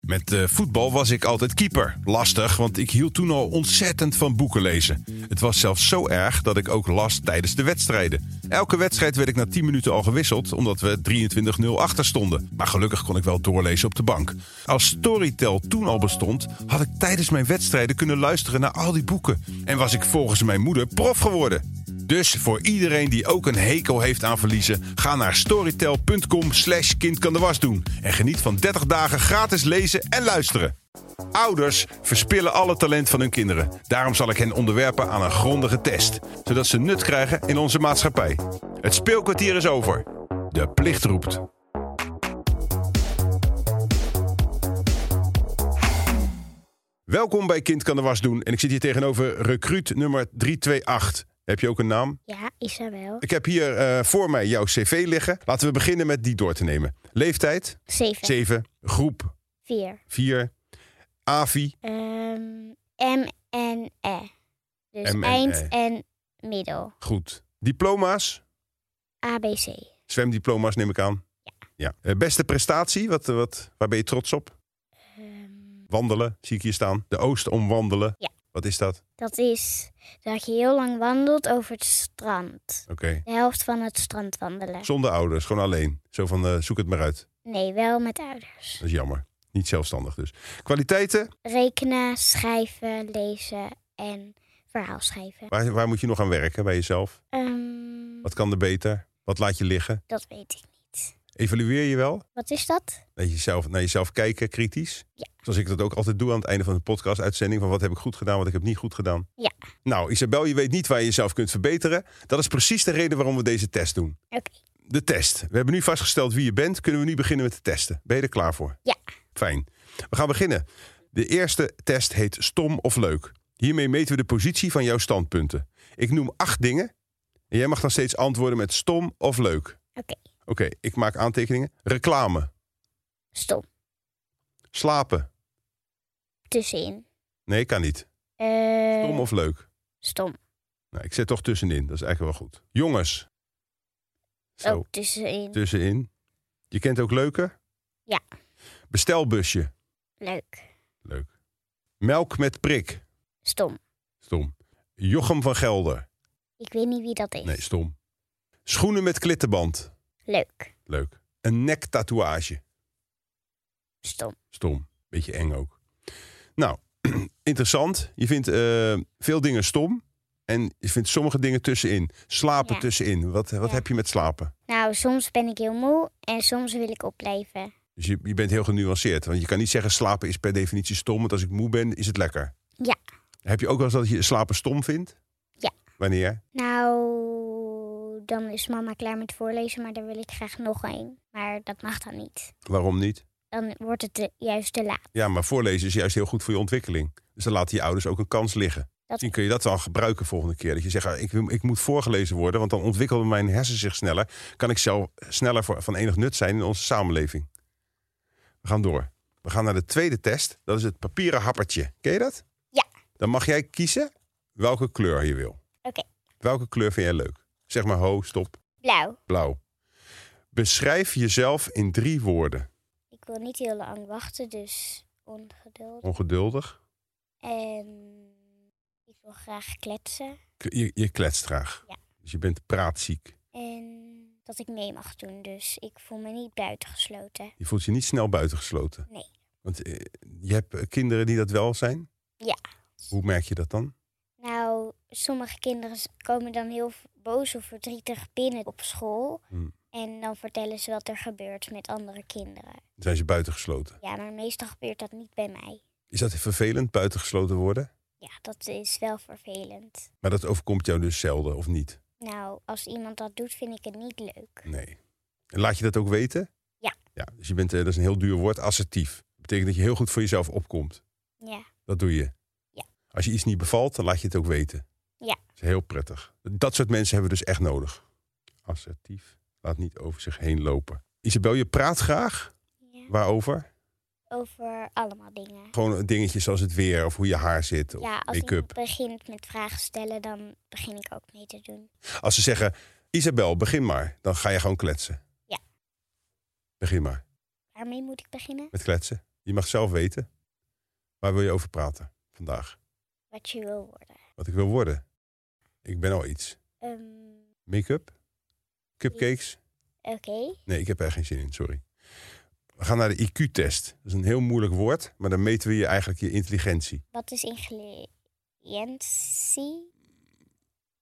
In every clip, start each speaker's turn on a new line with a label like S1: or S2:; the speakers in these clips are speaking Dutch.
S1: Met eh, voetbal was ik altijd keeper. Lastig, want ik hield toen al ontzettend van boeken lezen. Het was zelfs zo erg dat ik ook las tijdens de wedstrijden. Elke wedstrijd werd ik na 10 minuten al gewisseld, omdat we 23-0 achter stonden. Maar gelukkig kon ik wel doorlezen op de bank. Als Storytel toen al bestond, had ik tijdens mijn wedstrijden kunnen luisteren naar al die boeken. En was ik volgens mijn moeder prof geworden. Dus voor iedereen die ook een hekel heeft aan verliezen, ga naar storytel.com slash kind kan de was doen. En geniet van 30 dagen gratis lezen en luisteren. Ouders verspillen alle talent van hun kinderen. Daarom zal ik hen onderwerpen aan een grondige test. Zodat ze nut krijgen in onze maatschappij. Het speelkwartier is over. De plicht roept. Welkom bij Kind kan de was doen. En ik zit hier tegenover recruut nummer 328. Heb je ook een naam?
S2: Ja, Isabel.
S1: Ik heb hier eh, voor mij jouw cv liggen. Laten we beginnen met die door te nemen. Leeftijd
S2: 7.
S1: 7, groep
S2: 4.
S1: 4, AVI.
S2: Ehm M en E. Dus
S1: M en
S2: eind
S1: E.
S2: en middel.
S1: Goed. Diploma's,
S2: ABC.
S1: zwemdiploma's neem ik aan. Ja. Eh, beste prestatie, wat, wat, waar ben je trots op?
S2: Ehm,
S1: Wandelen, zie ik hier staan. De Oost omwandelen.
S2: Ja.
S1: Wat is dat?
S2: dat is dat je heel lang wandelt over het strand.
S1: Oké.
S2: De helft van het strand wandelen.
S1: Zonder ouders, gewoon alleen. Zo van eh, zoek het maar uit.
S2: Nee, wel met ouders.
S1: Dat is jammer. Niet zelfstandig dus. Kwaliteiten,
S2: Rekenen, schrijven, lezen en verhaal schrijven.
S1: waar, waar moet je nog aan werken bij jezelf?
S2: Ehm,
S1: Wat kan er beter? Wat laat je liggen?
S2: dat weet ik niet.
S1: Evalueer je wel?
S2: Wat is dat?
S1: Naar jezelf, naar jezelf kijken, kritisch.
S2: Ja.
S1: Zoals ik dat ook altijd doe aan het einde van de podcast-uitzending. Van wat heb ik goed gedaan, wat heb ik niet goed gedaan.
S2: Ja.
S1: Nou, Isabel, je weet niet waar je jezelf kunt verbeteren. Dat is precies de reden waarom we deze test doen.
S2: Oké.
S1: De test. We hebben nu vastgesteld wie je bent. Kunnen we nu beginnen met de testen? Ben je er klaar voor?
S2: Ja.
S1: Fijn. We gaan beginnen. De eerste test heet stom of leuk. Hiermee meten we de positie van jouw standpunten. Ik noem acht dingen. En jij mag dan steeds antwoorden met stom of leuk.
S2: Oké.
S1: Oké, ik maak aantekeningen. Reclame.
S2: Stom.
S1: Slapen.
S2: Tussenin.
S1: Nee, kan niet.
S2: Eh,
S1: Stom of leuk?
S2: Stom.
S1: Nou, ik zet toch tussenin. Dat is eigenlijk wel goed. Jongens. Zo,
S2: Ook Oh, tussenin.
S1: tussenin. Je kent ook leuker?
S2: Ja.
S1: Bestelbusje.
S2: Leuk.
S1: Leuk. Melk met prik.
S2: Stom.
S1: Stom. Jochem van Gelder.
S2: Ik weet niet wie dat is.
S1: Nee, stom. Schoenen met klittenband.
S2: Leuk.
S1: Leuk. Een nektatoeage.
S2: Stom.
S1: Stom. Beetje eng ook. Nou, interessant. Je vindt eh, veel dingen stom. En je vindt sommige dingen tussenin. Slapen
S2: Ja.
S1: tussenin. Wat, wat
S2: Ja.
S1: heb je met slapen?
S2: Nou, soms ben ik heel moe en soms wil ik opblijven.
S1: Dus je, je bent heel genuanceerd. Want je kan niet zeggen slapen is per definitie stom. Want als ik moe ben, is het lekker.
S2: Ja.
S1: Heb je ook wel eens dat je slapen stom vindt?
S2: Ja.
S1: Wanneer?
S2: Nou, dan is mama klaar met voorlezen, maar dan wil ik graag nog een. Maar dat mag dan niet.
S1: Waarom niet?
S2: Dan wordt het te- juist te laat.
S1: Ja, maar voorlezen is juist heel goed voor je ontwikkeling. Dus dan laten je ouders ook een kans liggen. Misschien kun je dat wel gebruiken volgende keer. Dat je zegt, ah, ik, wil- ik moet voorgelezen worden, want dan ontwikkelen mijn hersenen zich sneller. Kan ik zelf sneller voor, van enig nut zijn in onze samenleving. We gaan door. We gaan naar de tweede test. Dat is het papieren happertje. Ken je dat?
S2: Ja.
S1: Dan mag jij kiezen welke kleur je wil.
S2: Oké.
S1: Welke kleur vind jij leuk? Zeg maar ho, stop,
S2: Blauw.
S1: blauw. Beschrijf jezelf in drie woorden.
S2: Ik wil niet heel lang wachten, dus ongeduldig.
S1: Ongeduldig.
S2: En ik wil graag kletsen.
S1: K- Je, je kletst graag.
S2: Ja.
S1: Dus je bent praatziek.
S2: En dat ik mee mag doen, dus ik voel me niet buitengesloten.
S1: Je voelt je niet snel buitengesloten.
S2: Nee.
S1: Want eh, je hebt eh, kinderen die dat wel zijn?
S2: Ja.
S1: Hoe merk je dat dan?
S2: Nou, sommige kinderen s- komen dan heel v- boos of verdrietig binnen op school.
S1: Hmm.
S2: En dan vertellen ze wat er gebeurt met andere kinderen.
S1: Zijn ze buitengesloten?
S2: Ja, maar meestal gebeurt dat niet bij mij.
S1: Is dat vervelend, buitengesloten worden?
S2: Ja, dat is wel vervelend.
S1: Maar dat overkomt jou dus zelden, of niet?
S2: Nou, als iemand dat doet, vind ik het niet leuk.
S1: Nee. En laat je dat ook weten?
S2: Ja.
S1: ja dus je bent, eh, dat is een heel duur woord, assertief. Dat betekent dat je heel goed voor jezelf opkomt.
S2: Ja,
S1: Dat doe je.
S2: Ja.
S1: Als je iets niet bevalt, dan laat je het ook weten.
S2: Ja.
S1: Dat is heel prettig. Dat soort mensen hebben we dus echt nodig. Assertief. Laat niet over zich heen lopen. Isabel, je praat graag.
S2: ja.
S1: Waarover?
S2: over allemaal dingen.
S1: Gewoon dingetjes als het weer of hoe je haar zit of
S2: Ja, als
S1: make-up.
S2: iemand begint met vragen stellen, dan begin ik ook mee te doen.
S1: Als ze zeggen, Isabel, begin maar. Dan ga je gewoon kletsen.
S2: Ja.
S1: Begin maar
S2: Waarmee moet ik beginnen?
S1: met kletsen. Je mag zelf weten. Waar wil je over praten vandaag?
S2: Wat je wil worden.
S1: Wat ik wil worden. Ik ben al iets.
S2: Ehm,
S1: Make-up? Cupcakes?
S2: Oké.
S1: Nee, ik heb er geen zin in, sorry. We gaan naar de IQ-test. Dat is een heel moeilijk woord, maar dan meten we je eigenlijk je intelligentie.
S2: Wat is ingrediëntie?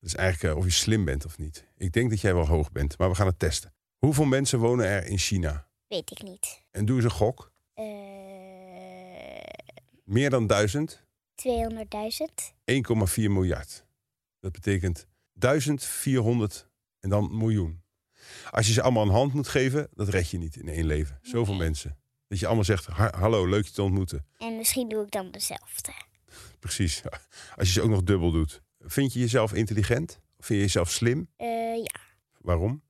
S1: Dat is eigenlijk eh, of je slim bent of niet. Ik denk dat jij wel hoog bent, maar we gaan het testen. Hoeveel mensen wonen er in China?
S2: Weet ik niet.
S1: En doe eens een gok.
S2: Eh,
S1: Meer dan 1000,
S2: 200.000.
S1: 1,4 miljard. Dat betekent 1400 en dan miljoen. Als je ze allemaal een hand moet geven, dat red je niet in één leven. Zoveel
S2: Nee.
S1: mensen. Dat je allemaal zegt, "Ha- hallo, leuk je te ontmoeten.
S2: En misschien doe ik dan dezelfde.
S1: Precies. Als je ze ook nog dubbel doet. Vind je jezelf intelligent? Vind je jezelf slim?
S2: Eh, ja,
S1: Waarom?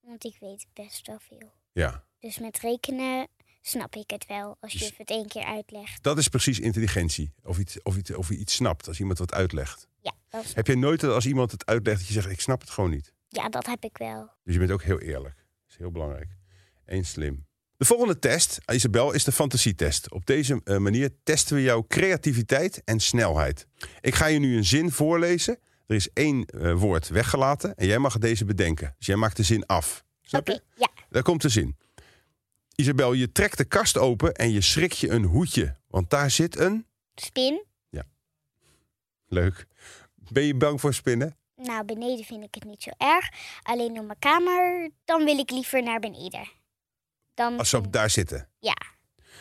S2: want ik weet best wel veel.
S1: Ja,
S2: Dus met rekenen snap ik het wel als je
S1: Dus-
S2: het één keer uitlegt.
S1: dat is precies intelligentie. Of, iets, of, iets, of je iets snapt als iemand wat uitlegt.
S2: Ja dat,
S1: Heb jij nooit dat als iemand het uitlegt dat je zegt, ik snap het gewoon niet?
S2: ja, dat heb ik wel.
S1: Dus je bent ook heel eerlijk. Dat is heel belangrijk. En slim. De volgende test, Isabel, is de fantasietest. Op deze eh, manier testen we jouw creativiteit en snelheid. Ik ga je nu een zin voorlezen. Er is één eh, woord weggelaten en jij mag deze bedenken. Dus jij maakt de zin af. Snap
S2: Oké,
S1: je?
S2: ja.
S1: Daar komt de zin. Isabel, je trekt de kast open en je schrik je een hoedje. Want daar zit een...
S2: Spin?
S1: Leuk. Ben je bang voor spinnen?
S2: Nou, beneden vind ik het niet zo erg. Alleen op mijn kamer, dan wil ik liever naar beneden. Dan...
S1: Als ze op daar zitten.
S2: Mhm. Ja.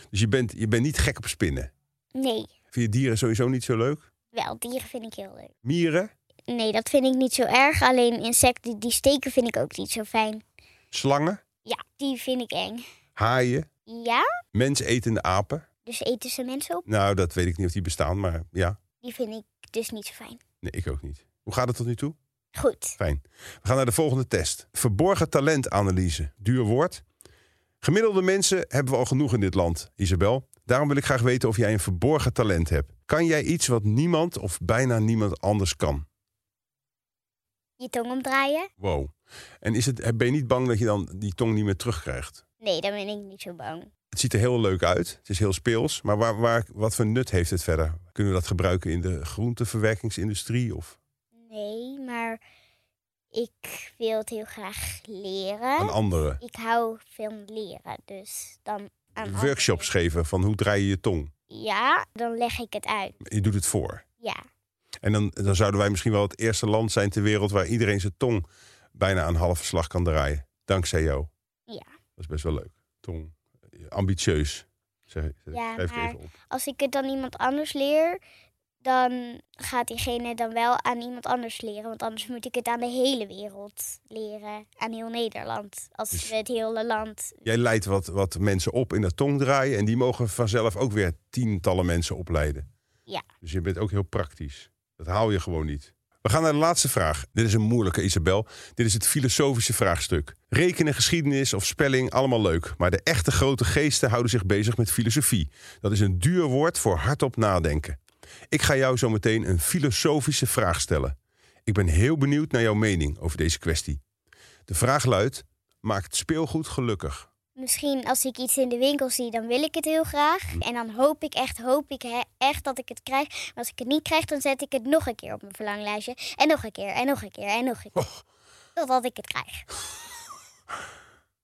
S1: Dus je bent, je bent niet gek op spinnen.
S2: Nee,
S1: Vind je dieren sowieso niet zo leuk?
S2: wel, dieren vind ik heel leuk.
S1: Mieren?
S2: Nee, dat vind ik niet zo erg. Alleen insecten die steken vind ik ook niet zo fijn.
S1: Slangen?
S2: Ja, die vind ik eng.
S1: Haaien?
S2: Ja?
S1: Mensetende apen?
S2: Dus eten ze mensen op?
S1: Nou, dat weet ik niet of die bestaan, maar ja.
S2: Die vind ik dus niet zo fijn.
S1: Nee, ik ook niet. Hoe gaat het tot nu toe?
S2: Goed.
S1: Fijn. We gaan naar de volgende test. Verborgen talentanalyse. Duur woord. Gemiddelde mensen hebben we al genoeg in dit land, Isabel. Daarom wil ik graag weten of jij een verborgen talent hebt. Kan jij iets wat niemand of bijna niemand anders kan?
S2: Je tong omdraaien?
S1: Wow. En is het, ben je niet bang dat je dan die tong niet meer terugkrijgt?
S2: Nee, dan ben ik niet zo bang.
S1: Het ziet er heel leuk uit. Het is heel speels. Maar waar, waar, wat voor nut heeft het verder? Kunnen we dat gebruiken in de groenteverwerkingsindustrie? Of
S2: Nee, maar ik wil het heel graag
S1: aan
S2: leren.
S1: anderen?
S2: Ik hou veel van leren, dus dan aan
S1: Workshops geven van hoe draai je je tong?
S2: anderen. Ja, dan leg ik het uit.
S1: Je doet het voor.
S2: Ja,
S1: En dan, dan zouden wij misschien wel het eerste land zijn ter wereld waar iedereen zijn tong bijna aan halve slag kan draaien. Dankzij jou.
S2: Ja.
S1: Dat is best wel leuk. Tong. eh, Ambitieus. Zeg, zeg-
S2: Ja,
S1: schrijf ik
S2: maar-
S1: even op.
S2: als ik het dan iemand anders leer, dan gaat diegene dan wel aan iemand anders leren. Want anders moet ik het aan de hele wereld leren. Aan heel Nederland. Als
S1: Dus-
S2: we het hele land.
S1: Jij leidt wat, wat mensen op in dat tongdraaien. En die mogen vanzelf ook weer tientallen mensen opleiden.
S2: Ja.
S1: Dus je bent ook heel praktisch. Dat haal je gewoon niet. We gaan naar de laatste vraag. Dit is een moeilijke, Isabel. Dit is het filosofische vraagstuk. Rekenen, geschiedenis of spelling, allemaal leuk. Maar de echte grote geesten houden zich bezig met filosofie. Dat is een duur woord voor hardop nadenken. Ik ga jou zo meteen een filosofische vraag stellen. Ik ben heel benieuwd naar jouw mening over deze kwestie. De vraag luidt: maakt speelgoed gelukkig?
S2: Misschien als ik iets in de winkel zie, dan wil ik het heel graag. En dan hoop ik echt, hoop ik he- echt dat ik het krijg. Maar als ik het niet krijg, dan zet ik het nog een keer op mijn verlanglijstje. En nog een keer, en nog een keer, en nog een keer.
S1: Och.
S2: Totdat ik het krijg.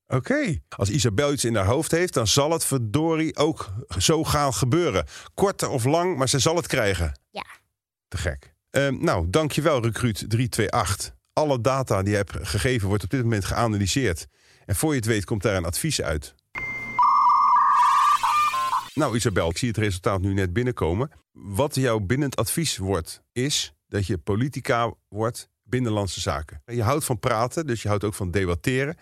S1: Oké. Als Isabel iets in haar hoofd heeft, dan zal het verdorie ook zo gaan gebeuren. Kort of lang, maar ze zal het krijgen.
S2: Ja.
S1: Te gek. Ehm nou, dankjewel, recruit 328. Alle data die je hebt gegeven wordt op dit moment geanalyseerd. En voor je het weet komt daar een advies uit. Nou, Isabel, ik zie het resultaat nu net binnenkomen. Wat jouw bindend advies wordt, is dat je politica wordt binnenlandse zaken. Je houdt van praten, dus je houdt ook van debatteren.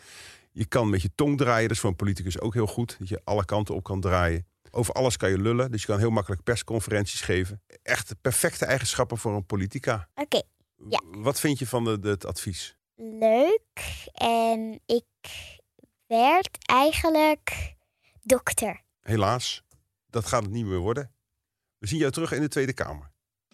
S1: Je kan met je tong draaien, dat is voor een politicus ook heel goed. Dat je alle kanten op kan draaien. Over alles kan je lullen, dus je kan heel makkelijk persconferenties geven. Echt perfecte eigenschappen voor een politica.
S2: Oké. Ja.
S1: Wat vind je van de, de- het advies?
S2: leuk en ik werd eigenlijk dokter.
S1: Helaas, dat gaat het niet meer worden. We zien jou terug in de Tweede Kamer.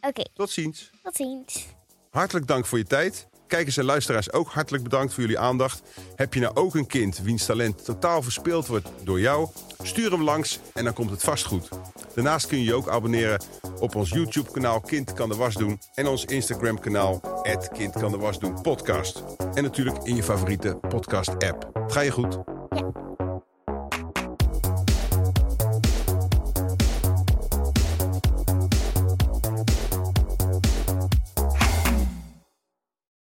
S2: Oké,
S1: Tot ziens.
S2: tot ziens.
S1: Hartelijk dank voor je tijd. Kijkers en luisteraars, ook hartelijk bedankt voor jullie aandacht. Heb je nou ook een kind wiens talent totaal verspeeld wordt door jou? Stuur hem langs en dan komt het vast goed. Daarnaast kun je je ook abonneren op ons YouTube-kanaal Kind kan de was doen... en ons Instagram-kanaal Kind kan de was doen podcast. En natuurlijk in je favoriete podcast-app. Het Ga je goed?
S2: Ja.